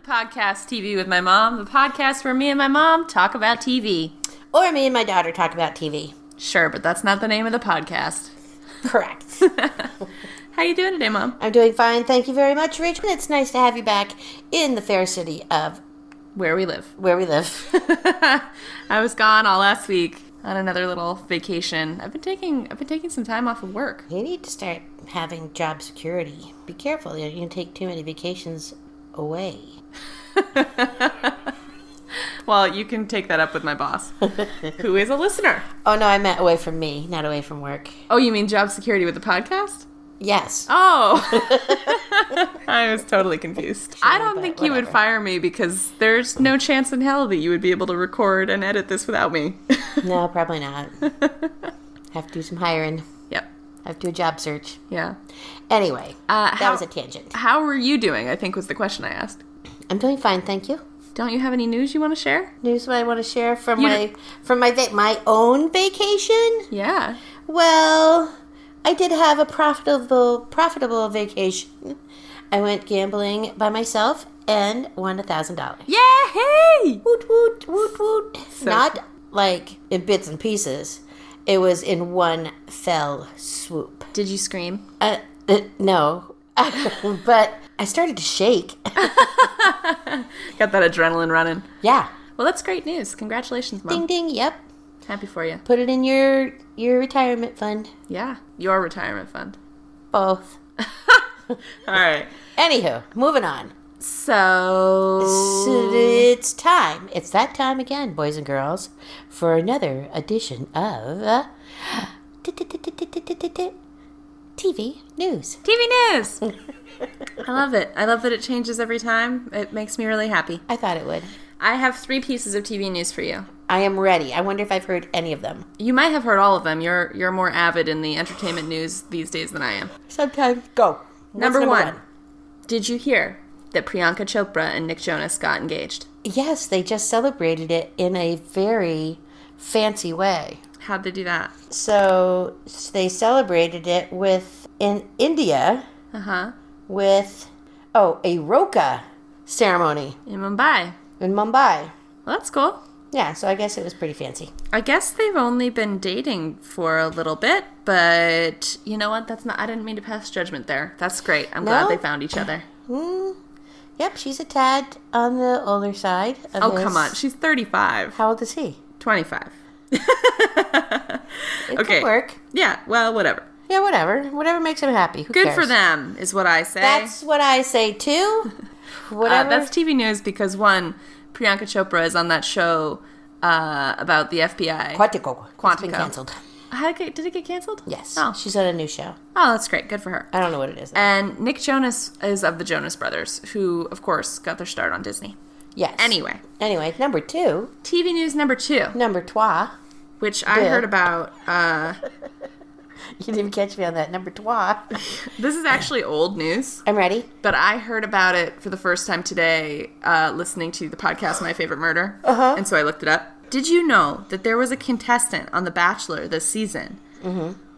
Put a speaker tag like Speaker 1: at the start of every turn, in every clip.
Speaker 1: podcast TV with my mom, the podcast where me and my mom talk about TV.
Speaker 2: Or me and my daughter talk about TV.
Speaker 1: Sure, but that's not the name of the podcast.
Speaker 2: Correct.
Speaker 1: How you doing today, mom?
Speaker 2: I'm doing fine. Thank you very much, Rich. And it's nice to have you back in the fair city of
Speaker 1: Where we live.
Speaker 2: where we live.
Speaker 1: I was gone all last week on another little vacation. I've been taking I've been taking some time off of work.
Speaker 2: you need to start having job security. Be careful. You can take too many vacations away.
Speaker 1: Well, you can take that up with my boss, who is a listener.
Speaker 2: Oh, no, I meant away from me, not away from work.
Speaker 1: Oh, you mean job security with the podcast?
Speaker 2: Yes.
Speaker 1: Oh, I was totally confused. I don't
Speaker 2: but
Speaker 1: think you would
Speaker 2: whatever.
Speaker 1: fire me because there's no chance in hell that you would be able to record and edit this without me.
Speaker 2: No, probably not. have to do some hiring.
Speaker 1: yep.
Speaker 2: Have to do a job search.
Speaker 1: Yeah.
Speaker 2: Anyway,
Speaker 1: Uh,
Speaker 2: that
Speaker 1: how-
Speaker 2: was a tangent.
Speaker 1: How are you doing? I think was the question I asked.
Speaker 2: I'm doing fine, thank you.
Speaker 1: Don't you have any news you want to share?
Speaker 2: News that I want to share from
Speaker 1: You
Speaker 2: my from my va- my own vacation.
Speaker 1: Yeah.
Speaker 2: Well, I did have a profitable profitable vacation. I went gambling by myself and won a thousand dollars.
Speaker 1: Yeah. Hey.
Speaker 2: Woot woot woot woot.
Speaker 1: cool.
Speaker 2: Not like in bits and pieces. It was in one fell swoop.
Speaker 1: Did you scream?
Speaker 2: Uh, uh, no, but I started to shake.
Speaker 1: Got that adrenaline running.
Speaker 2: yeah.
Speaker 1: Well, that's great news. Congratulations, mom.
Speaker 2: Ding ding. Yep.
Speaker 1: Happy for you.
Speaker 2: Put it in your your retirement fund.
Speaker 1: Yeah. Your retirement fund.
Speaker 2: Both.
Speaker 1: All right.
Speaker 2: Anywho, moving on. So
Speaker 1: So.
Speaker 2: It's time. It's that time again, boys and girls, for another edition of uh, TV news.
Speaker 1: TV news. I love it. I love that it changes every time. It makes me really happy.
Speaker 2: I thought it would.
Speaker 1: I have three pieces of TV news for you.
Speaker 2: I am ready. I wonder if I've heard any of them.
Speaker 1: You might have heard all of them. You're you're more avid in the entertainment news these days than I am.
Speaker 2: Sometimes go. What's
Speaker 1: Number, one, did you hear that Priyanka Chopra and Nick Jonas got engaged?
Speaker 2: Yes, they just celebrated it in a very fancy way.
Speaker 1: How'd they do that?
Speaker 2: So they celebrated it with in India
Speaker 1: Uh huh.
Speaker 2: with oh a roka ceremony
Speaker 1: In Mumbai.
Speaker 2: in Mumbai.
Speaker 1: Well, that's cool.
Speaker 2: Yeah, so I guess it was pretty fancy.
Speaker 1: I guess they've only been dating for a little bit, but you know what? That's not. I didn't mean to pass judgment there. That's great. I'm glad
Speaker 2: No?
Speaker 1: they found each other.
Speaker 2: Mm. Yep, she's a tad on the older side. Of
Speaker 1: Oh
Speaker 2: his-
Speaker 1: come on, she's 35,
Speaker 2: How old is he?
Speaker 1: 25.
Speaker 2: It
Speaker 1: Okay.
Speaker 2: could work.
Speaker 1: Yeah. Well, whatever.
Speaker 2: Yeah, whatever. Whatever makes him happy. Who
Speaker 1: Good for
Speaker 2: cares?
Speaker 1: them eh? is what I say.
Speaker 2: That's what I say too.
Speaker 1: Uh,
Speaker 2: Whatever.
Speaker 1: that's TV news because one, Priyanka Chopra is on that show uh, about the FBI.
Speaker 2: Quantico. It's been
Speaker 1: Quantico.
Speaker 2: canceled.
Speaker 1: How did it, get- did it get canceled?
Speaker 2: Yes.
Speaker 1: Oh. Uh,
Speaker 2: She's on a new show.
Speaker 1: oh, that's great. Good for her.
Speaker 2: I don't know what it is. though.
Speaker 1: And Nick Jonas is of the Jonas Brothers, who, of course, got their start on Disney.
Speaker 2: yes.
Speaker 1: Anyway,
Speaker 2: Anyway, number two,
Speaker 1: TV news number two,
Speaker 2: number trois.
Speaker 1: which I
Speaker 2: Yeah.
Speaker 1: heard about. Uh,
Speaker 2: You didn't even catch me on that. Number trois.
Speaker 1: this is actually old news,
Speaker 2: I'm ready.
Speaker 1: but I heard about it for the first time today uh, listening to the podcast My Favorite Murder. And so I looked it up. Did you know that there was a contestant on The Bachelor this season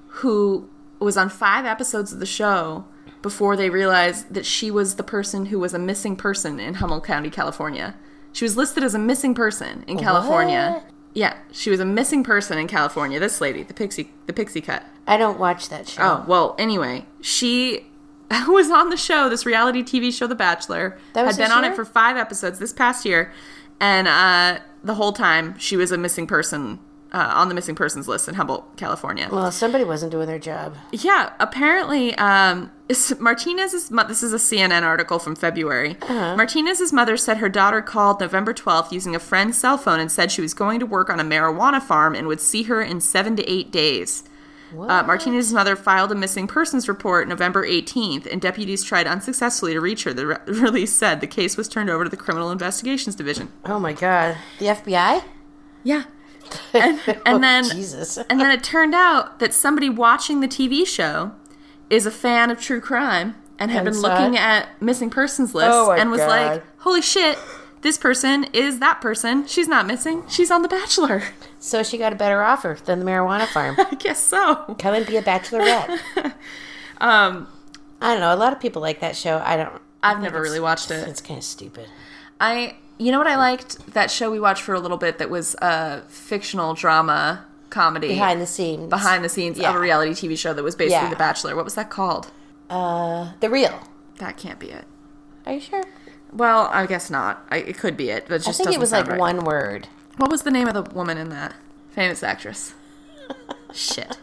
Speaker 1: who was on five episodes of the show before they realized that she was the person who was a missing person in Hummel County, California. She was listed as a missing person in California.
Speaker 2: What?
Speaker 1: Yeah, she was a missing person in California. This lady, the pixie, the pixie cut.
Speaker 2: I don't watch that show.
Speaker 1: Oh well. Anyway, she was on the show, this reality TV show, The Bachelor.
Speaker 2: That was
Speaker 1: had been
Speaker 2: this
Speaker 1: on it
Speaker 2: year?
Speaker 1: for five episodes this past year, and uh, the whole time she was a missing person uh, on the missing persons list in Humboldt, California.
Speaker 2: Well, somebody wasn't doing their job.
Speaker 1: Yeah, apparently, um, is- Martinez's mo- this is a CNN article from February. Martinez's mother said her daughter called November 12th using a friend's cell phone and said she was going to work on a marijuana farm and would see her in seven to eight days. Uh, Martinez's mother filed a missing persons report November 18th, and deputies tried unsuccessfully to reach her. The re- release said the case was turned over to the Criminal Investigations Division.
Speaker 2: Oh my God. The FBI?
Speaker 1: Yeah. And, and then
Speaker 2: Oh, Jesus.
Speaker 1: and then it turned out that somebody watching the TV show is a fan of true crime and had
Speaker 2: And
Speaker 1: been
Speaker 2: saw
Speaker 1: looking
Speaker 2: it?
Speaker 1: at missing persons lists
Speaker 2: Oh my
Speaker 1: and was like,
Speaker 2: God.
Speaker 1: "Holy shit, this person is that person. She's not missing. She's on The Bachelor."
Speaker 2: So she got a better offer than the marijuana farm.
Speaker 1: I guess so.
Speaker 2: Come and be a bachelorette. um, I don't know. A lot of people like that show. I don't.
Speaker 1: I've never really watched it.
Speaker 2: It's kind of stupid.
Speaker 1: I you know what I liked that show we watched for a little bit that was a fictional drama comedy
Speaker 2: behind the scenes.
Speaker 1: behind the scenes of
Speaker 2: Yeah.
Speaker 1: a reality TV show that was basically
Speaker 2: Yeah.
Speaker 1: The Bachelor. What was that called?
Speaker 2: uh, the real.
Speaker 1: That can't be it.
Speaker 2: Are you sure?
Speaker 1: Well, I guess not. I, it could be it, but it just
Speaker 2: I think
Speaker 1: doesn't
Speaker 2: it was
Speaker 1: sound
Speaker 2: like
Speaker 1: right.
Speaker 2: one word.
Speaker 1: What was the name of the woman in that famous actress? Shit.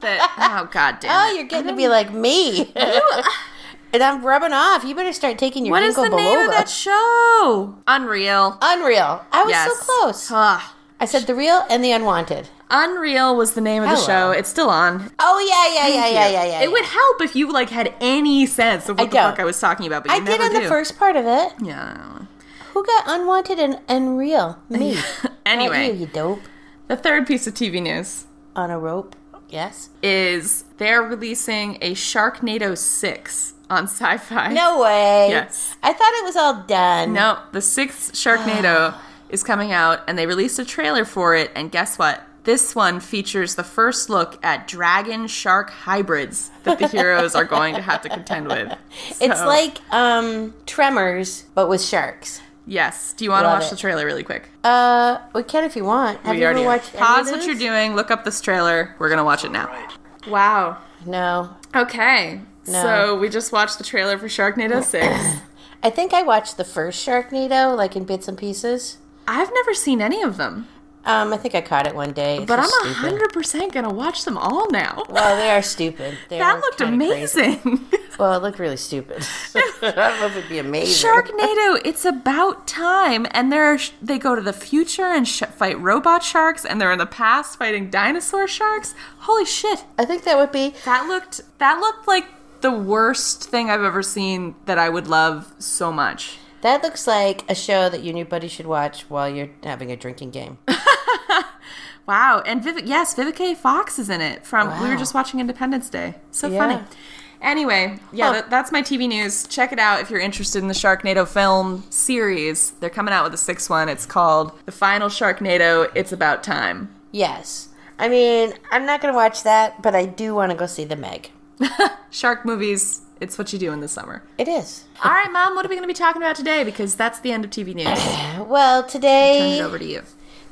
Speaker 1: That, oh god damn.
Speaker 2: Oh, you're getting to be like me. and I'm rubbing off. You better start taking your
Speaker 1: What is
Speaker 2: ginkgo
Speaker 1: the name of
Speaker 2: biloba.
Speaker 1: that show? Unreal.
Speaker 2: Unreal. I was so close.
Speaker 1: Ah.
Speaker 2: I said the real and the unwanted.
Speaker 1: Unreal was the name of the
Speaker 2: Hello.
Speaker 1: show. It's still on.
Speaker 2: Oh yeah, yeah, yeah, yeah, yeah, yeah.
Speaker 1: It would help if you like had any sense of what
Speaker 2: I
Speaker 1: the fuck
Speaker 2: don't.
Speaker 1: I was talking about, but
Speaker 2: I
Speaker 1: you
Speaker 2: did
Speaker 1: never
Speaker 2: on
Speaker 1: do.
Speaker 2: the first part of it.
Speaker 1: yeah. I don't know.
Speaker 2: Who got unwanted and, and real? Me. Not
Speaker 1: Anyway.
Speaker 2: you, you dope
Speaker 1: The third piece of TV news
Speaker 2: on a rope. Yes.
Speaker 1: is they're releasing a Sharknado 6 on sci-fi.
Speaker 2: No way.
Speaker 1: Yes.
Speaker 2: I thought it was all done.
Speaker 1: No, the sixth Sharknado is coming out, and they released a trailer for it. And guess what? This one features the first look at dragon shark hybrids that the heroes are going to have to contend with.
Speaker 2: It's
Speaker 1: So,
Speaker 2: like um Tremors, but with sharks.
Speaker 1: yes. Do you want to
Speaker 2: Love
Speaker 1: watch
Speaker 2: it.
Speaker 1: the trailer really quick?
Speaker 2: Uh, we can if you want. Have
Speaker 1: we
Speaker 2: you
Speaker 1: already
Speaker 2: ever
Speaker 1: have.
Speaker 2: watched? any of
Speaker 1: pause what
Speaker 2: those?
Speaker 1: you're doing. Look up this trailer. We're gonna watch it now. Wow.
Speaker 2: No,
Speaker 1: Okay.
Speaker 2: No.
Speaker 1: So we just watched the trailer for Sharknado Six.
Speaker 2: I think I watched the first Sharknado, like in bits and pieces.
Speaker 1: I've never seen any of them,
Speaker 2: Um, I think I caught it one day. It's
Speaker 1: but I'm
Speaker 2: just
Speaker 1: a
Speaker 2: stupid.
Speaker 1: hundred percent gonna watch them all now.
Speaker 2: Well, they are stupid. They
Speaker 1: that
Speaker 2: are
Speaker 1: looked
Speaker 2: kinda crazy.
Speaker 1: amazing.
Speaker 2: Well, it looked really stupid. I don't know if it'd be amazing.
Speaker 1: Sharknado, it's about time, and they're sh- they go to the future and sh- fight robot sharks, and they're in the past fighting dinosaur sharks. Holy shit!
Speaker 2: I think that would be.
Speaker 1: That looked that looked like the worst thing I've ever seen that I would love so much.
Speaker 2: That looks like a show that you and your buddy should watch while you're having a drinking game.
Speaker 1: Wow! And Viv- yes, Vivica A. Fox is in it. From we were
Speaker 2: Wow.
Speaker 1: just watching Independence Day. So
Speaker 2: Yeah.
Speaker 1: funny. Anyway, yeah,
Speaker 2: Huh.
Speaker 1: tha- that's my TV news. Check it out if you're interested in the Sharknado film series. They're coming out with a sixth one. It's called The Final Sharknado. It's about time.
Speaker 2: Yes. I mean, I'm not going to watch that, but I do want to go see The Meg.
Speaker 1: Shark movies, it's what you do in the summer.
Speaker 2: It is.
Speaker 1: All right, Mom, what are we going to be talking about today? Because that's the end of TV news. Turn Uh,
Speaker 2: Well,
Speaker 1: it
Speaker 2: today
Speaker 1: over to you.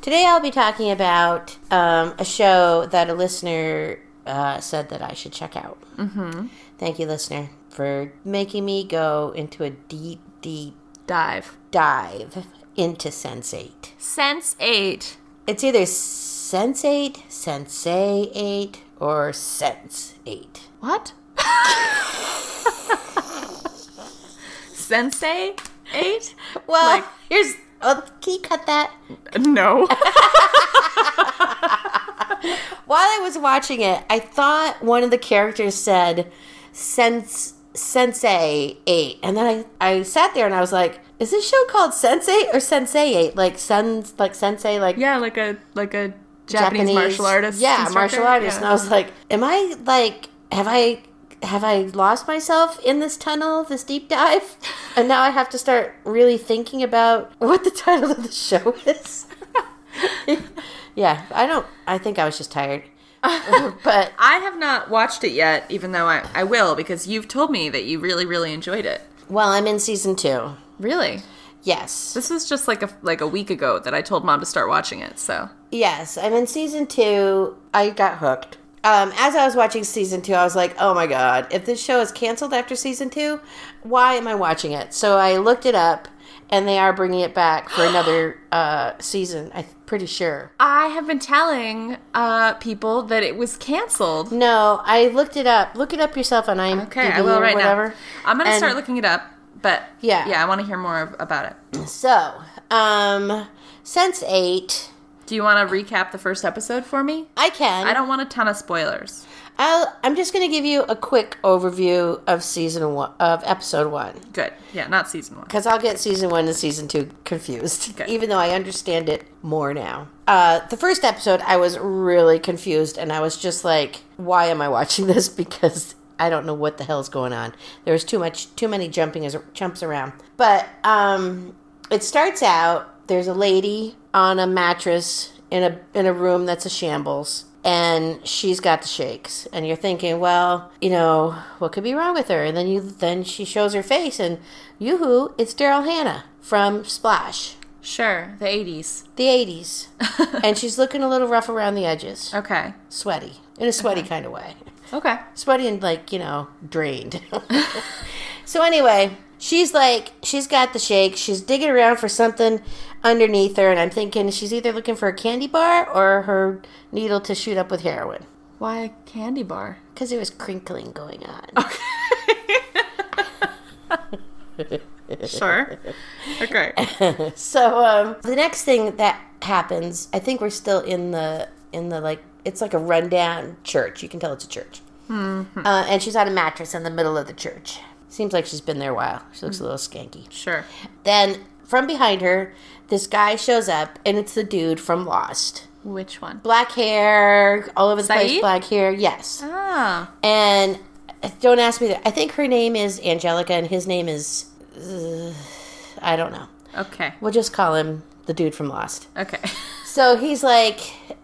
Speaker 2: today I'll be talking about um, a show that a listener uh, said that I should check out. Mm-hmm. Thank you, listener, for making me go into a deep, deep
Speaker 1: Dive.
Speaker 2: dive into Sense8.
Speaker 1: Sense 8.
Speaker 2: It's either Sense8, Sensei8, or Sense8.
Speaker 1: What? Sensei 8?
Speaker 2: Well,
Speaker 1: Like-
Speaker 2: here's. Oh, can you cut that?
Speaker 1: No.
Speaker 2: While I was watching it, I thought one of the characters said Sense Sensei Eight, and then I I sat there and I was like, "Is this show called Sensei or Sensei Eight? Like Sens like Sensei like
Speaker 1: yeah, like a like a Japanese, martial artist.
Speaker 2: Yeah,
Speaker 1: instructor.
Speaker 2: martial artist.
Speaker 1: Yeah.
Speaker 2: And I was like, "Am I like have I?" Have I lost myself in this tunnel, this deep dive? And now I have to start really thinking about what the title of the show is. yeah, I don't, I think I was just tired. but
Speaker 1: I have not watched it yet, even though I, I will, because you've told me that you really, really enjoyed it.
Speaker 2: Well, I'm in season two.
Speaker 1: Really?
Speaker 2: Yes.
Speaker 1: This was just like a like a week ago that I told mom to start watching it, so
Speaker 2: Yes, I'm in season two. I got hooked. Um, as I was watching season two, I was like, oh my God, if this show is canceled after season two, why am I watching it? So I looked it up, and they are bringing it back for another uh, season, I'm pretty sure.
Speaker 1: I have been telling uh, people that it was canceled.
Speaker 2: No, I looked it up. Look it up yourself on IMDb
Speaker 1: Okay, I will
Speaker 2: or
Speaker 1: right
Speaker 2: whatever.
Speaker 1: now. I'm gonna
Speaker 2: And-
Speaker 1: start looking it up, but
Speaker 2: Yeah.
Speaker 1: yeah, I want to hear more of, about it.
Speaker 2: So, um, since eight,
Speaker 1: Do you want to recap the first episode for me?
Speaker 2: I can.
Speaker 1: I don't want a ton of spoilers.
Speaker 2: I'll, I'm just going to give you a quick overview of season one, of episode one.
Speaker 1: Good, yeah, not season one.
Speaker 2: because I'll get season one and season two confused,
Speaker 1: Okay.
Speaker 2: even though I understand it more now. Uh, the first episode, I was really confused, and I was just like, "Why am I watching this?" Because I don't know what the hell's going on. There was too much, too many jumping as jumps around. But um, it starts out. There's a lady on a mattress in a in a room that's a shambles, and she's got the shakes and you're thinking well you know what could be wrong with her and then you then she shows her face and yoo-hoo it's daryl hannah from splash
Speaker 1: Sure, the 80s.
Speaker 2: the 80s and she's looking a little rough around the edges
Speaker 1: Okay.
Speaker 2: sweaty in a sweaty kind of way
Speaker 1: Okay.
Speaker 2: sweaty and like you know drained so anyway she's like she's got the shake she's digging around for something underneath her and i'm thinking she's either looking for a candy bar or her needle to shoot up with heroin
Speaker 1: Why a candy bar?
Speaker 2: because there was crinkling going on
Speaker 1: Sure. Okay.
Speaker 2: so um, the next thing that happens i think we're still in the in the like it's like a rundown church you can tell it's a church uh, and she's on a mattress in the middle of the church seems like she's been there a while she looks a little skanky
Speaker 1: Sure.
Speaker 2: Then from behind her, this guy shows up, and it's the dude from Lost.
Speaker 1: Which one?
Speaker 2: Black hair, all over the place.
Speaker 1: Saeed?
Speaker 2: Black hair, yes.
Speaker 1: Ah.
Speaker 2: And uh, don't ask me that. I think her name is Angelica, and his name is uh, I don't know.
Speaker 1: Okay.
Speaker 2: We'll just call him the dude from Lost.
Speaker 1: Okay.
Speaker 2: So he's like,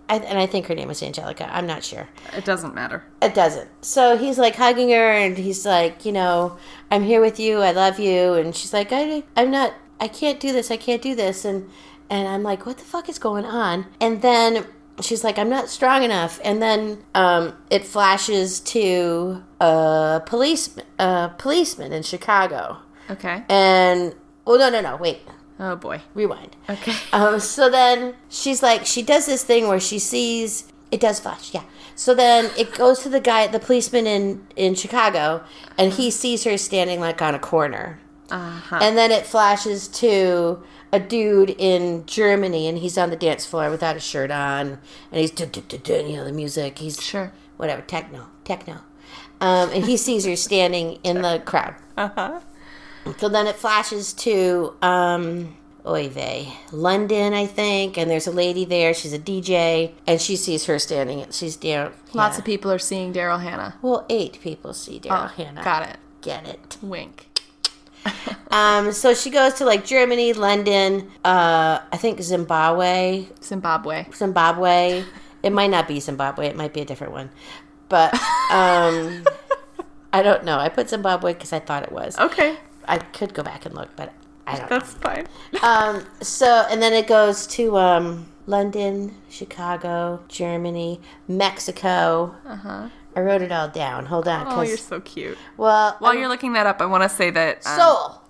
Speaker 2: I, and I think her name is Angelica. I'm not sure.
Speaker 1: It doesn't matter.
Speaker 2: It doesn't. So he's like hugging her, and he's like, you know, I'm here with you. I love you. And she's like, I, I'm not. I can't do this. I can't do this. And and I'm like, what the fuck is going on? And then she's like, I'm not strong enough. And then um, it flashes to a policeman, a policeman in Chicago.
Speaker 1: Okay.
Speaker 2: And oh no, no, no, wait,
Speaker 1: Oh boy.
Speaker 2: rewind.
Speaker 1: Okay.
Speaker 2: Um, so then she's like, she does this thing where she sees it does flash, yeah. So then it goes to the guy, the policeman in in Chicago, and he sees her standing like on a corner,
Speaker 1: Uh-huh.
Speaker 2: and then it flashes to a dude in Germany, and he's on the dance floor without a shirt on, and he's du- du- du- du- you know the music, he's
Speaker 1: Sure.
Speaker 2: whatever techno, techno, um, and he sees her standing in the crowd.
Speaker 1: Uh-huh.
Speaker 2: So then it flashes to um oy vey, London, I think, and there's a lady there, she's a DJ, and she sees her standing she's down
Speaker 1: Lots of people are seeing Daryl Hannah. Oh,
Speaker 2: well, eight people see Daryl Hannah.
Speaker 1: Got it.
Speaker 2: Get it.
Speaker 1: Wink.
Speaker 2: Um, so she goes to like Germany, London, uh, I think Zimbabwe,
Speaker 1: Zimbabwe.
Speaker 2: Zimbabwe. It might not be Zimbabwe. It might be a different one, but um, I don't know. I put Zimbabwe because I thought it was.
Speaker 1: Okay.
Speaker 2: I could go back and look, but I don't. know.
Speaker 1: That's fine.
Speaker 2: um, so and then it goes to um, London, Chicago, Germany, Mexico.
Speaker 1: Uh-huh.
Speaker 2: I wrote it all down. Hold on,
Speaker 1: Oh, you're
Speaker 2: because
Speaker 1: so cute.
Speaker 2: well,
Speaker 1: While
Speaker 2: um,
Speaker 1: you're looking that up, I want to say that um,
Speaker 2: Seoul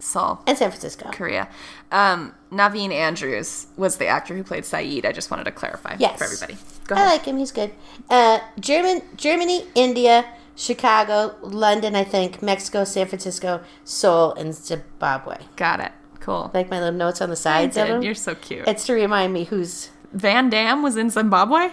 Speaker 1: Saul
Speaker 2: and San Francisco.
Speaker 1: Korea. Um, Naveen Andrews was the actor who played Saeed. I just wanted to clarify
Speaker 2: Yes.
Speaker 1: for everybody. Go
Speaker 2: I
Speaker 1: ahead.
Speaker 2: like him. He's good. Uh, German, Germany, India, Chicago, London, I think, Mexico, San Francisco, Seoul, and Zimbabwe.
Speaker 1: Got it. Cool.
Speaker 2: Like my little notes on the sides of
Speaker 1: Dude,
Speaker 2: them.
Speaker 1: you're so cute.
Speaker 2: It's to remind me who's.
Speaker 1: Van Damme was in Zimbabwe?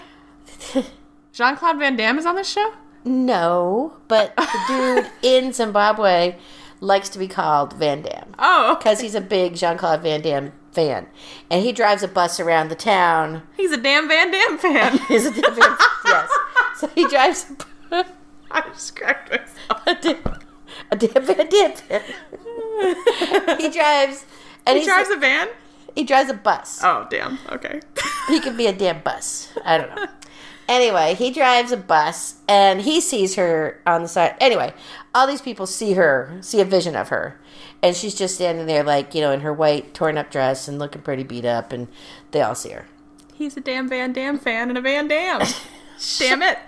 Speaker 1: Jean Claude Van Damme is on this show?
Speaker 2: No, but the dude in Zimbabwe likes to be called Van Damme
Speaker 1: Oh, okay.
Speaker 2: because he's a big Jean Claude Van Damme fan, and he drives a bus around the town.
Speaker 1: He's a damn Van Damme fan.
Speaker 2: Is it yes? So he drives a,
Speaker 1: I just cracked myself.
Speaker 2: a dip, a dip, a dip. he drives and
Speaker 1: He drives a van?
Speaker 2: he drives a bus.
Speaker 1: Oh, damn. Okay.
Speaker 2: He could be a damn bus. I don't know. anyway, he drives a bus and he sees her on the side. Anyway, all these people see her, see a vision of her. And she's just standing there like, you know, in her white torn up dress and looking pretty beat up and they all see her.
Speaker 1: He's a damn Van Damme fan and a Van Damme. damn it.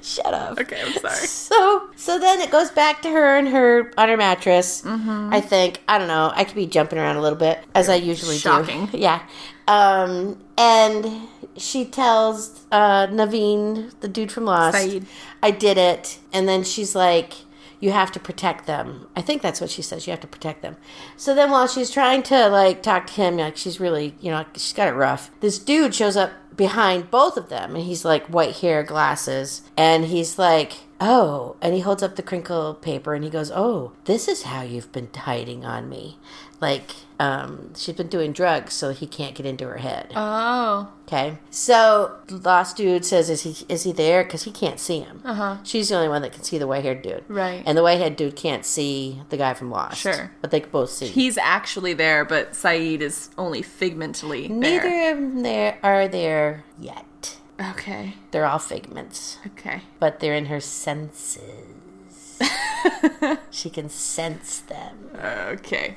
Speaker 2: Shut up.
Speaker 1: Okay, I'm sorry.
Speaker 2: So so then it goes back to her and her on her mattress.
Speaker 1: Mm-hmm.
Speaker 2: I think I don't know. I could be jumping around a little bit as I usually
Speaker 1: Shocking.
Speaker 2: do. Yeah. Um, and she tells uh, Naveen, the dude from Lost,
Speaker 1: Saeed.
Speaker 2: I did it. And then she's like, you have to protect them. I think that's what she says. You have to protect them. So then while she's trying to like talk to him, like she's really, you know, she's got it rough. This dude shows up behind both of them and he's like white hair, glasses, and he's like, "Oh." And he holds up the crinkle paper and he goes, "Oh, this is how you've been hiding on me." Like um she's been doing drugs so he can't get into her head.
Speaker 1: Oh.
Speaker 2: Okay. So the lost dude says, "Is he is he there? Because he can't see him.
Speaker 1: Uh-huh.
Speaker 2: She's the only one that can see the white haired dude.
Speaker 1: Right.
Speaker 2: And the white haired dude can't see the guy from Lost.
Speaker 1: Sure.
Speaker 2: But they can both see.
Speaker 1: He's actually there, but Saeed is only figmentally
Speaker 2: Neither
Speaker 1: there.
Speaker 2: of them there are there yet.
Speaker 1: Okay.
Speaker 2: They're all figments,
Speaker 1: Okay.
Speaker 2: but they're in her senses. she can sense them.
Speaker 1: Okay.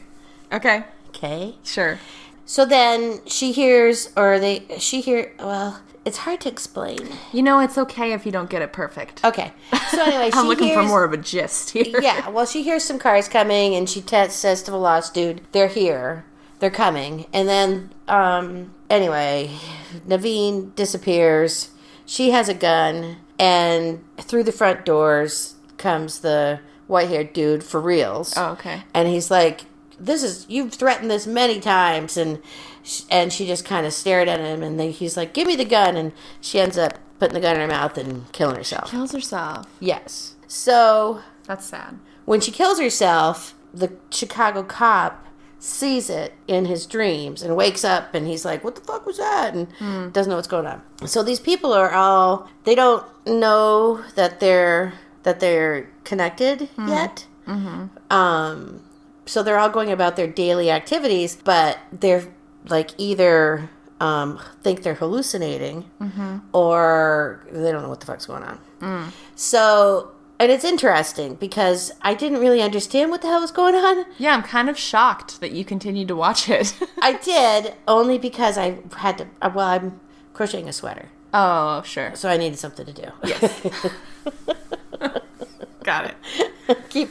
Speaker 1: Okay.
Speaker 2: Okay.
Speaker 1: Sure.
Speaker 2: So then she hears, or they, she hear. Well, it's hard to explain.
Speaker 1: You know, it's okay if you don't get it perfect.
Speaker 2: Okay. So anyway, she
Speaker 1: I'm looking for
Speaker 2: hears-
Speaker 1: more of a gist here.
Speaker 2: yeah, well, she hears some cars coming, and she te- says to the lost dude, "They're here, they're coming." And then, um, anyway, Naveen disappears. She has a gun, and through the front doors comes the white-haired dude for reals.
Speaker 1: Oh, okay.
Speaker 2: And he's like, "This is you've threatened this many times," and sh- and she just kind of stared at him, and then he's like, "Give me the gun," and she ends up putting the gun in her mouth and killing herself.
Speaker 1: Kills herself.
Speaker 2: Yes. So
Speaker 1: That's sad.
Speaker 2: when she kills herself, the Chicago cop sees it in his dreams and wakes up and he's like, What the fuck was that? And doesn't know what's going on. So these people are all they don't know that they're that they're connected yet. Um so they're all going about their daily activities, but they're like either um, think they're hallucinating or they don't know what the fuck's going on. So, and it's interesting because I didn't really understand what the hell was going on.
Speaker 1: Yeah, I'm kind of shocked that you continued to watch it.
Speaker 2: I did only because I had to. uh, Well, I'm crocheting a sweater,
Speaker 1: oh, sure.
Speaker 2: so I needed something to do.
Speaker 1: Got it.
Speaker 2: keep,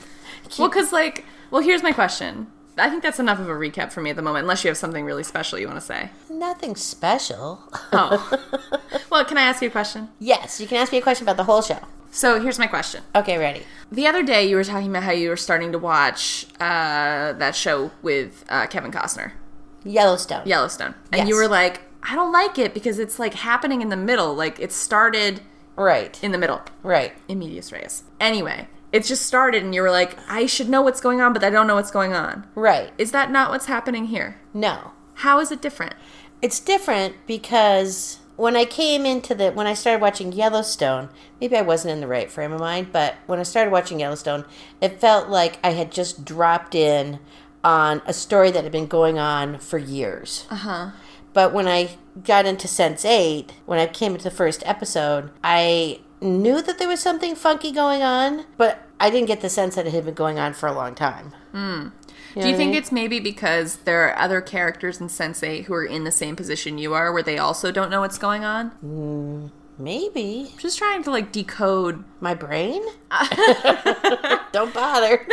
Speaker 2: keep.
Speaker 1: Well, because, like, well, here's my question. I think that's enough of a recap for me at the moment, unless you have something really special you want to say.
Speaker 2: Nothing special.
Speaker 1: Oh. well, can I ask you a question?
Speaker 2: yes, you can ask me a question about the whole show.
Speaker 1: So here's my question.
Speaker 2: Okay, ready.
Speaker 1: The other day, you were talking about how you were starting to watch uh, that show with uh, Kevin Costner,
Speaker 2: Yellowstone.
Speaker 1: Yellowstone, and
Speaker 2: Yes.
Speaker 1: you were like, "I don't like it because it's like happening in the middle. Like it started
Speaker 2: Right.
Speaker 1: in the middle,
Speaker 2: Right.
Speaker 1: in medias res." Anyway, it just started, and you were like, "I should know what's going on, but I don't know what's going on."
Speaker 2: Right.
Speaker 1: Is that not what's happening here?
Speaker 2: No.
Speaker 1: How is it different?
Speaker 2: It's different because when I came into the when I started watching Yellowstone, maybe I wasn't in the right frame of mind, but when I started watching Yellowstone, it felt like I had just dropped in on a story that had been going on for years. But when I got into Sense 8, when I came into the first episode, I knew that there was something funky going on, but I didn't get the sense that it had been going on for a long time.
Speaker 1: Do you think it's maybe because there are other characters in Sensei who are in the same position you are, where they also don't know what's going on?
Speaker 2: Maybe.
Speaker 1: Just trying to like decode
Speaker 2: My brain? Don't bother.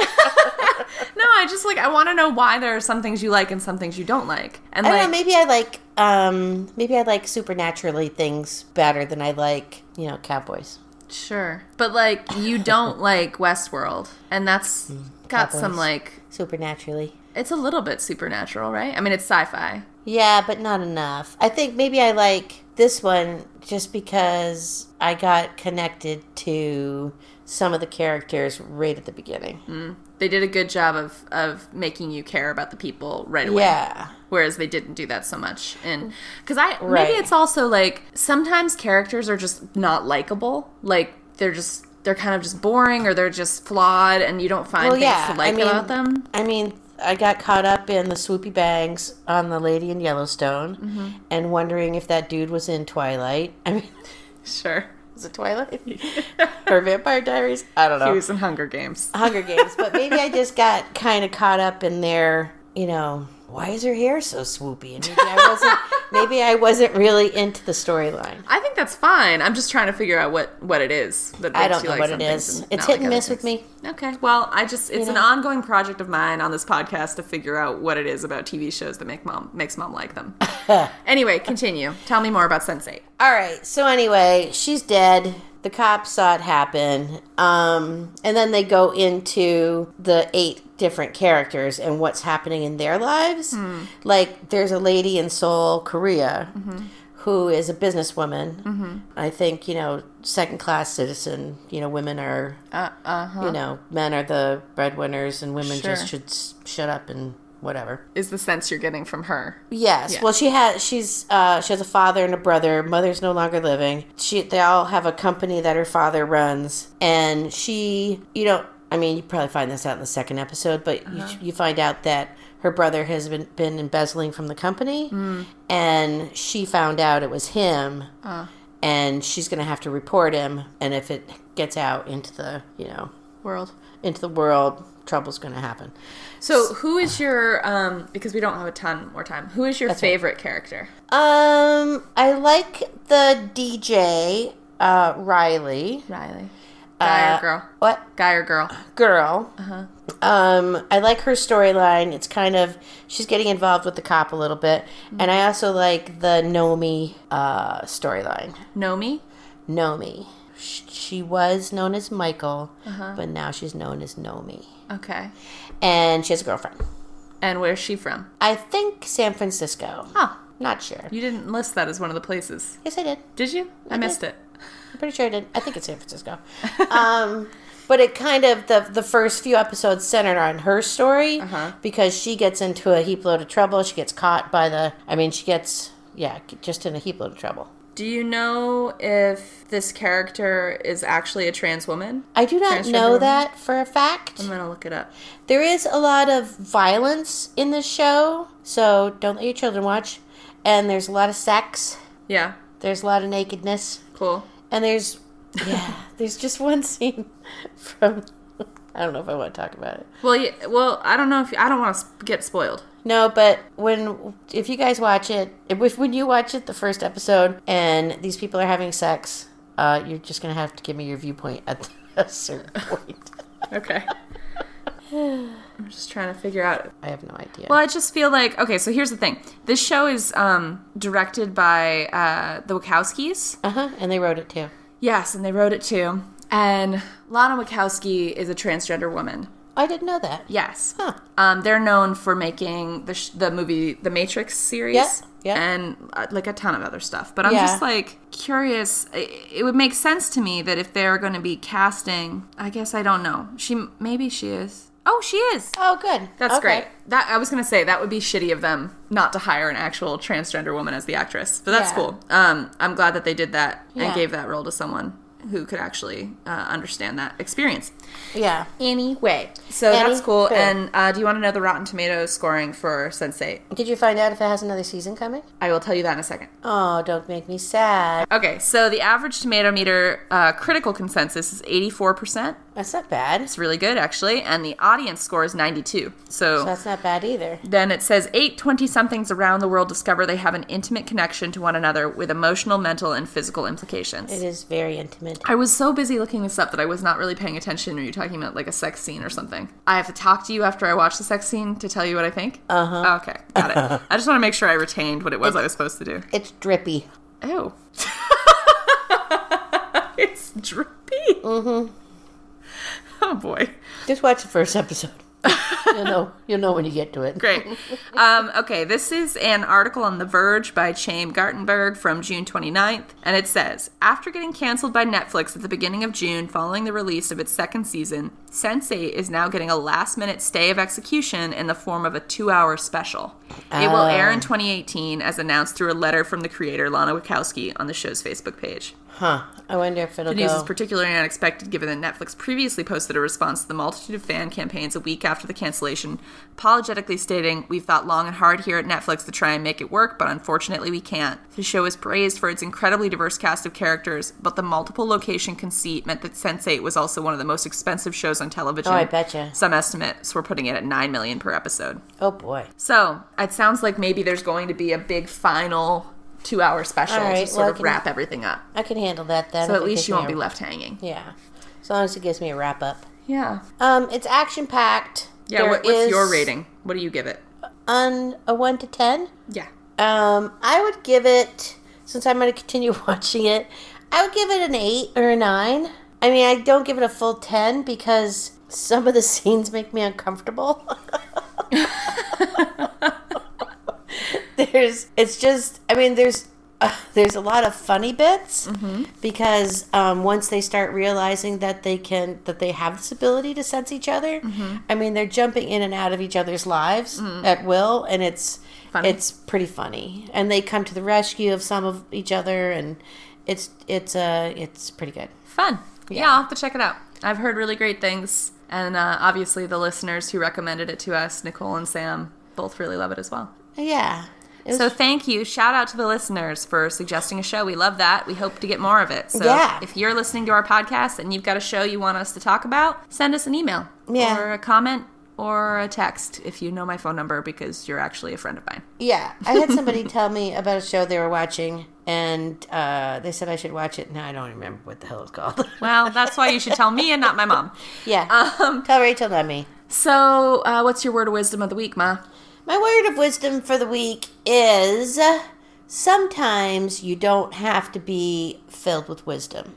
Speaker 1: No, I just like I want to know why there are some things you like and some things you don't like. And
Speaker 2: I
Speaker 1: like
Speaker 2: don't know. Maybe I like um, maybe I like supernaturally things better than I like you know cowboys.
Speaker 1: sure, but like you don't like Westworld, and that's got
Speaker 2: Cowboys.
Speaker 1: some like
Speaker 2: Supernaturally,
Speaker 1: it's a little bit supernatural, right? I mean, it's sci-fi.
Speaker 2: yeah, but not enough. I think maybe I like this one just because I got connected to some of the characters right at the beginning.
Speaker 1: They did a good job of of making you care about the people right away.
Speaker 2: Yeah,
Speaker 1: Whereas they didn't do that so much, and because I
Speaker 2: Right.
Speaker 1: maybe it's also like sometimes characters are just not likable. Like they're just they're kind of just boring or they're just flawed, and you don't find
Speaker 2: Well,
Speaker 1: things
Speaker 2: yeah,
Speaker 1: to like
Speaker 2: I mean-
Speaker 1: about them.
Speaker 2: I mean. I got caught up in the swoopy bangs on the lady in Yellowstone and wondering if that dude was in Twilight. I mean,
Speaker 1: Sure,
Speaker 2: was it Twilight? or Vampire Diaries? I don't know.
Speaker 1: he was in Hunger Games.
Speaker 2: Hunger Games, but maybe I just got kind of caught up in their, you know, why is her hair so swoopy? And maybe I wasn't, maybe I wasn't really into the storyline.
Speaker 1: I think that's fine. I'm just trying to figure out what what it is that
Speaker 2: I
Speaker 1: makes
Speaker 2: don't
Speaker 1: you
Speaker 2: know
Speaker 1: like
Speaker 2: what
Speaker 1: some
Speaker 2: it
Speaker 1: things
Speaker 2: is.
Speaker 1: and
Speaker 2: It's
Speaker 1: not
Speaker 2: hit
Speaker 1: like
Speaker 2: and
Speaker 1: other
Speaker 2: miss with
Speaker 1: things.
Speaker 2: me.
Speaker 1: Okay. Well, I just it's an
Speaker 2: know?
Speaker 1: ongoing project of mine on this podcast to figure out what it is about TV shows that make mom makes mom like them. anyway, continue. Tell me more about Sense8.
Speaker 2: All right. So anyway, she's dead. The cops saw it happen, um, and then they go into the eight different characters and what's happening in their lives.
Speaker 1: Hmm.
Speaker 2: Like, there's a lady in Seoul, Korea,
Speaker 1: Mm-hmm.
Speaker 2: who is a businesswoman. I think you know, second class citizen. You know, women are,
Speaker 1: Uh huh.
Speaker 2: you know, men are the breadwinners, and women
Speaker 1: Sure.
Speaker 2: just should s- shut up and whatever.
Speaker 1: Is the sense you're getting from her?
Speaker 2: Yes. Well, she has. She's. Uh, she has a father and a brother. Mother's no longer living. She. They all have a company that her father runs, and she. You know. I mean, you probably find this out in the second episode, but you, you find out that her brother has been been embezzling from the company, and she found out it was him, and she's going to have to report him. And if it gets out into the, you know,
Speaker 1: World.
Speaker 2: into the world, trouble's going to happen.
Speaker 1: So, who is your um? Because we don't have a ton more time. Who is your favorite character?
Speaker 2: Um, I like the DJ, uh, Riley.
Speaker 1: Riley. Guy
Speaker 2: Uh,
Speaker 1: or girl?
Speaker 2: What?
Speaker 1: Guy or girl?
Speaker 2: girl. Um, I like her storyline. It's kind of she's getting involved with the cop a little bit, and I also like the Nomi uh, storyline.
Speaker 1: Nomi.
Speaker 2: Nomi, Sh- she was known as Michael, but now she's known as Nomi,
Speaker 1: Okay.
Speaker 2: and she has a girlfriend.
Speaker 1: And where's she from?
Speaker 2: I think San Francisco.
Speaker 1: Ah,
Speaker 2: Not sure.
Speaker 1: you didn't list that as one of the places.
Speaker 2: Yes, I did.
Speaker 1: Did you? I missed it.
Speaker 2: I'm pretty sure I did. I think it's San Francisco. um, but it kind of the the first few episodes centered on her story because she gets into a heap load of trouble. She gets caught by the. I mean, she gets yeah, just in a heap load of trouble.
Speaker 1: Do you know if this character is actually a trans woman?
Speaker 2: I do not
Speaker 1: Transgender
Speaker 2: know
Speaker 1: woman?
Speaker 2: that for a fact.
Speaker 1: I'm gonna look it up.
Speaker 2: There is a lot of violence in this show, so don't let your children watch. And there's a lot of sex.
Speaker 1: Yeah.
Speaker 2: There's a lot of nakedness.
Speaker 1: Cool.
Speaker 2: And there's yeah, there's just one scene from I don't know if I want to talk about it.
Speaker 1: Well, yeah, well, I don't know if I don't want to get spoiled.
Speaker 2: No, but when if you guys watch it, if when you watch it, the first episode, and these people are having sex, uh, you're just gonna have to give me your viewpoint at a certain point.
Speaker 1: Okay. I'm just trying to figure out
Speaker 2: I have no idea.
Speaker 1: Well, I just feel like okay. So here's the thing: this show is um, directed by uh, the Wachowskis.
Speaker 2: Uh huh. And they wrote it too.
Speaker 1: Yes, and they wrote it too. And Lana Wachowski is a transgender woman.
Speaker 2: I didn't know that.
Speaker 1: Yes,
Speaker 2: Huh.
Speaker 1: um, they're known for making the sh- the movie The Matrix series.
Speaker 2: Yeah, yeah.
Speaker 1: And uh, like a ton of other stuff, but I'm
Speaker 2: Yeah.
Speaker 1: just like curious. It, it would make sense to me that if they're going to be casting, I guess I don't know. She maybe she is. Oh, she is.
Speaker 2: Oh, good.
Speaker 1: That's
Speaker 2: Okay.
Speaker 1: great. That I was gonna say that would be shitty of them not to hire an actual transgender woman as the actress, but that's
Speaker 2: Yeah.
Speaker 1: cool. Um, I'm glad that they did that
Speaker 2: Yeah.
Speaker 1: and gave that role to someone who could actually uh, understand that experience.
Speaker 2: Yeah.
Speaker 1: Anyway, so
Speaker 2: Annie,
Speaker 1: that's cool.
Speaker 2: cool.
Speaker 1: And uh, do you want to know the Rotten Tomatoes scoring for Sense8?
Speaker 2: Did you find out if it has another season coming?
Speaker 1: I will tell you that in a second.
Speaker 2: Oh, don't make me sad.
Speaker 1: Okay, so the average tomato meter uh, critical consensus is 84%.
Speaker 2: That's not bad.
Speaker 1: It's really good, actually. And the audience score is 92. So
Speaker 2: That's not bad either.
Speaker 1: Then it says eight 20 somethings around the world discover they have an intimate connection to one another with emotional, mental, and physical
Speaker 2: It
Speaker 1: implications.
Speaker 2: is very intimate.
Speaker 1: I was so busy looking this up that I was not really paying attention when you were talking about like a sex scene or something. I have to talk to you after I watch the sex scene to tell you what I think. Uh huh. Okay, got it. I just want to make sure I retained what it was I was supposed to do.
Speaker 2: It's drippy.
Speaker 1: Oh. it's drippy. Mm hmm. Oh boy.
Speaker 2: Just watch the first episode. you'll know. You'll know when you get to it.
Speaker 1: Great. Um, okay, this is an article on The Verge by Chaim Gartenberg from June 29th, and it says After getting canceled by Netflix at the beginning of June following the release of its second season, Sense8 is now getting a last minute stay of execution in the form of a two hour special. It will air in 2018, as announced through a letter from the creator Lana Wachowski on the show's Facebook page.
Speaker 2: Huh. I wonder if it'll
Speaker 1: The
Speaker 2: go.
Speaker 1: news is particularly unexpected given that Netflix previously posted a response to the multitude of fan campaigns a week after the cancellation, apologetically stating, We've thought long and hard here at Netflix to try and make it work, but unfortunately we can't. The show is praised for its incredibly diverse cast of characters, but the multiple location conceit meant that Sense8 was also one of the most expensive shows on television.
Speaker 2: Oh, I betcha.
Speaker 1: Some estimates were putting it at 9 million per episode.
Speaker 2: oh boy.
Speaker 1: So it sounds like maybe there's going to be a big final two hour special
Speaker 2: All right,
Speaker 1: to
Speaker 2: well,
Speaker 1: sort
Speaker 2: I
Speaker 1: of
Speaker 2: can-
Speaker 1: wrap everything up.
Speaker 2: I can handle that then.
Speaker 1: So
Speaker 2: if
Speaker 1: at
Speaker 2: it
Speaker 1: least
Speaker 2: gives
Speaker 1: you
Speaker 2: me
Speaker 1: won't
Speaker 2: a-
Speaker 1: be left hanging.
Speaker 2: Yeah. As long as it gives me a wrap up.
Speaker 1: Yeah.
Speaker 2: Um, it's action packed.
Speaker 1: Yeah, what, what's your rating? What do you give it?
Speaker 2: On a one to ten.
Speaker 1: Yeah.
Speaker 2: Um, I would give it since I'm going to continue watching it. I would give it an eight or a nine. I mean, I don't give it a full ten because some of the scenes make me uncomfortable. there's, it's just, I mean, there's. Uh, there's a lot of funny bits because um, once they start realizing that they can that they have this ability to sense each other
Speaker 1: Mm-hmm.
Speaker 2: i mean they're jumping in and out of each other's lives at will and it's
Speaker 1: Mm. Funny.
Speaker 2: it's pretty funny and they come to the rescue of some of each other and it's it's uh it's pretty good
Speaker 1: Fun. Yeah. I'll have to check it out. I've heard really great things. And uh, obviously, the listeners who recommended it to us, Nicole and Sam, both really love it as well.
Speaker 2: yeah It
Speaker 1: So
Speaker 2: was-
Speaker 1: thank you. Shout out to the listeners for suggesting a show. We love that. We hope to get more of it. So
Speaker 2: Yeah.
Speaker 1: if you're listening to our podcast and you've got a show you want us to talk about, send us an email
Speaker 2: Yeah.
Speaker 1: or a comment or a text if you know my phone number because you're actually a friend of mine.
Speaker 2: yeah, I had somebody tell me about a show they were watching, and uh, they said I should watch it. Now I don't remember what the hell it's called.
Speaker 1: Well, that's why you should tell me and not my mom.
Speaker 2: yeah,
Speaker 1: Um,
Speaker 2: tell Rachel, not me.
Speaker 1: so uh, what's your word of wisdom of the week, Ma?
Speaker 2: My word of wisdom for the week is sometimes you don't have to be filled with wisdom.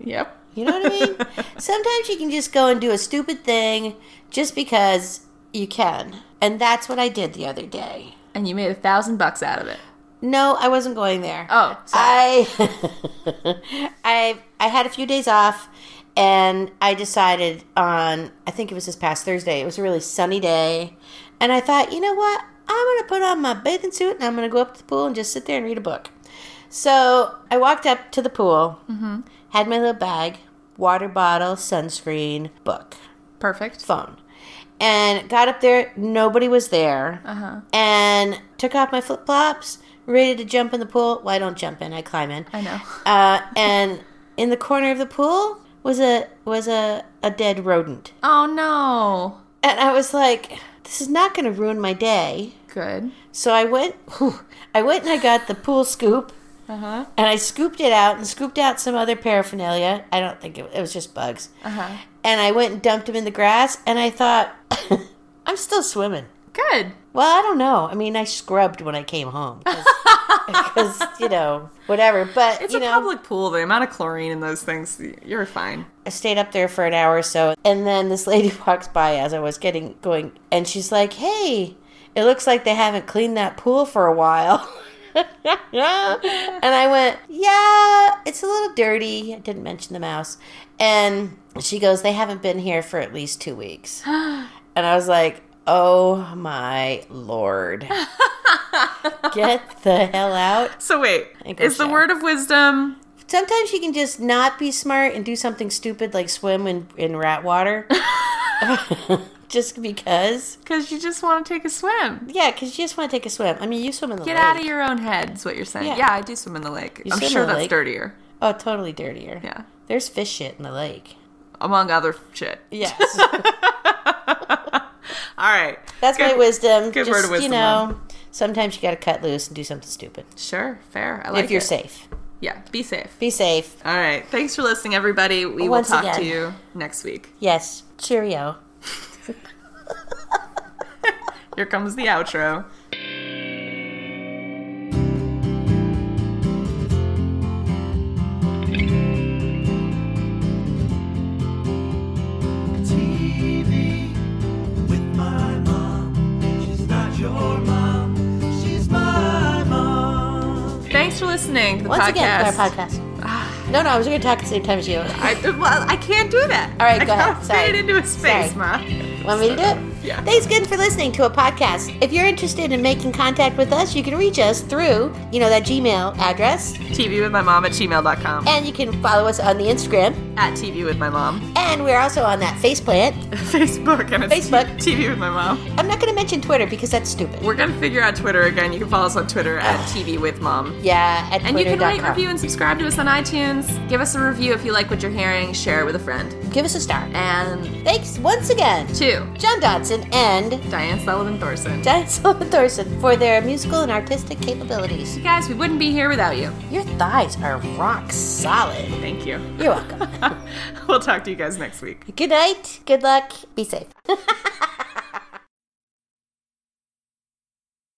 Speaker 1: Yep.
Speaker 2: You know what I mean? Sometimes you can just go and do a stupid thing just because you can. And that's what I did the other day.
Speaker 1: And you made a thousand bucks out of it.
Speaker 2: No, I wasn't going there.
Speaker 1: Oh, sorry.
Speaker 2: I I I had a few days off and I decided on I think it was this past Thursday. It was a really sunny day and I thought, "You know what? I'm going to put on my bathing suit and I'm going to go up to the pool and just sit there and read a book." So, I walked up to the pool. Had my little bag, water bottle, sunscreen, book
Speaker 1: Perfect.
Speaker 2: phone and got up there. Nobody was there.
Speaker 1: Uh-huh.
Speaker 2: And took off my flip flops, ready to jump in the pool. Well, I don't jump in, I climb in.
Speaker 1: I know.
Speaker 2: Uh, and in the corner of the pool was a was a, a dead rodent.
Speaker 1: Oh no.
Speaker 2: And I was like, this is not going to ruin my day.
Speaker 1: Good.
Speaker 2: So I went whew, I went and I got the pool scoop
Speaker 1: Uh huh.
Speaker 2: and I scooped it out and scooped out some other paraphernalia. I don't think it, it was just bugs.
Speaker 1: Uh huh.
Speaker 2: And I went and dumped them in the grass and I thought I'm still swimming.
Speaker 1: Good.
Speaker 2: Well, I don't know. I mean, I scrubbed when I came home because you know whatever. But
Speaker 1: It's
Speaker 2: you
Speaker 1: a
Speaker 2: know,
Speaker 1: public pool. The amount of chlorine in those things, you're fine.
Speaker 2: I stayed up there for an hour or so, and then this lady walks by as I was getting going, and she's like, "Hey, it looks like they haven't cleaned that pool for a while." and I went, "Yeah, it's a little dirty." I didn't mention the mouse, and she goes, "They haven't been here for at least two weeks." And I was like, oh my lord. Get the hell out.
Speaker 1: So wait,
Speaker 2: think
Speaker 1: is
Speaker 2: I'll
Speaker 1: the
Speaker 2: share.
Speaker 1: word of wisdom?
Speaker 2: Sometimes you can just not be smart and do something stupid like swim in, in rat water. just because.
Speaker 1: Because you just want to take a swim.
Speaker 2: Yeah, because you just want to take a swim. I mean, you swim in the
Speaker 1: Get
Speaker 2: lake.
Speaker 1: out of your own head is what you're saying. Yeah,
Speaker 2: Yeah.
Speaker 1: I do swim in the lake. I'm
Speaker 2: swim in
Speaker 1: sure
Speaker 2: the
Speaker 1: that's
Speaker 2: lake.
Speaker 1: dirtier.
Speaker 2: Oh, totally dirtier.
Speaker 1: Yeah,
Speaker 2: There's fish shit in the lake.
Speaker 1: among other shit.
Speaker 2: Yes.
Speaker 1: All right,
Speaker 2: That's my
Speaker 1: Good-
Speaker 2: wisdom.
Speaker 1: good
Speaker 2: just,
Speaker 1: word of
Speaker 2: You
Speaker 1: wisdom,
Speaker 2: know, sometimes you got to cut loose and do something stupid.
Speaker 1: Sure, fair. I like
Speaker 2: if you're
Speaker 1: it.
Speaker 2: safe.
Speaker 1: Yeah, be safe.
Speaker 2: Be safe.
Speaker 1: All right, thanks for listening, everybody. We
Speaker 2: Once
Speaker 1: will talk to
Speaker 2: again.
Speaker 1: you next week.
Speaker 2: Yes. Cheerio.
Speaker 1: Here comes the outro.
Speaker 3: TV with my mom. She's not your mom. She's my mom.
Speaker 1: Thanks for listening to the
Speaker 2: Once
Speaker 1: podcast. Ah.
Speaker 2: again, to our podcast. no, no, I was going to talk at the same time as you.
Speaker 1: I, well, I can't do that.
Speaker 2: All right,
Speaker 1: I
Speaker 2: go ahead.
Speaker 1: gotta
Speaker 2: Sorry.
Speaker 1: Fit it into a space,
Speaker 2: Sorry.
Speaker 1: ma.
Speaker 2: Want me to do it?
Speaker 1: Yeah.
Speaker 2: Thanks again for listening to a podcast. If you're interested in making contact with us, you can reach us through, you know, that Gmail address.
Speaker 1: TV with my mom at gmail.com.
Speaker 2: And you can follow us on the Instagram.
Speaker 1: At TV with my mom.
Speaker 2: And we're also on that faceplant.
Speaker 1: Facebook and it's
Speaker 2: Facebook.
Speaker 1: TV with my mom.
Speaker 2: I'm not going to mention Twitter because that's stupid.
Speaker 1: We're gonna figure out Twitter again. You can follow us on Twitter at TV with mom.
Speaker 2: Yeah, at
Speaker 1: And you can rate,
Speaker 2: twitter.com.
Speaker 1: review, and subscribe to us on iTunes. Give us a review if you like what you're hearing. Share it with a friend.
Speaker 2: Give us a star.
Speaker 1: And
Speaker 2: Thanks once again to
Speaker 1: two,
Speaker 2: John Dodson and
Speaker 1: Diane Sullivan Thorson.
Speaker 2: Diane Sullivan Thorson for their musical and artistic capabilities.
Speaker 1: You guys, we wouldn't be here without you.
Speaker 2: Your thighs are rock solid.
Speaker 1: Thank you.
Speaker 2: You're welcome.
Speaker 1: we'll talk to you guys next week.
Speaker 2: good night. Good luck. Be safe.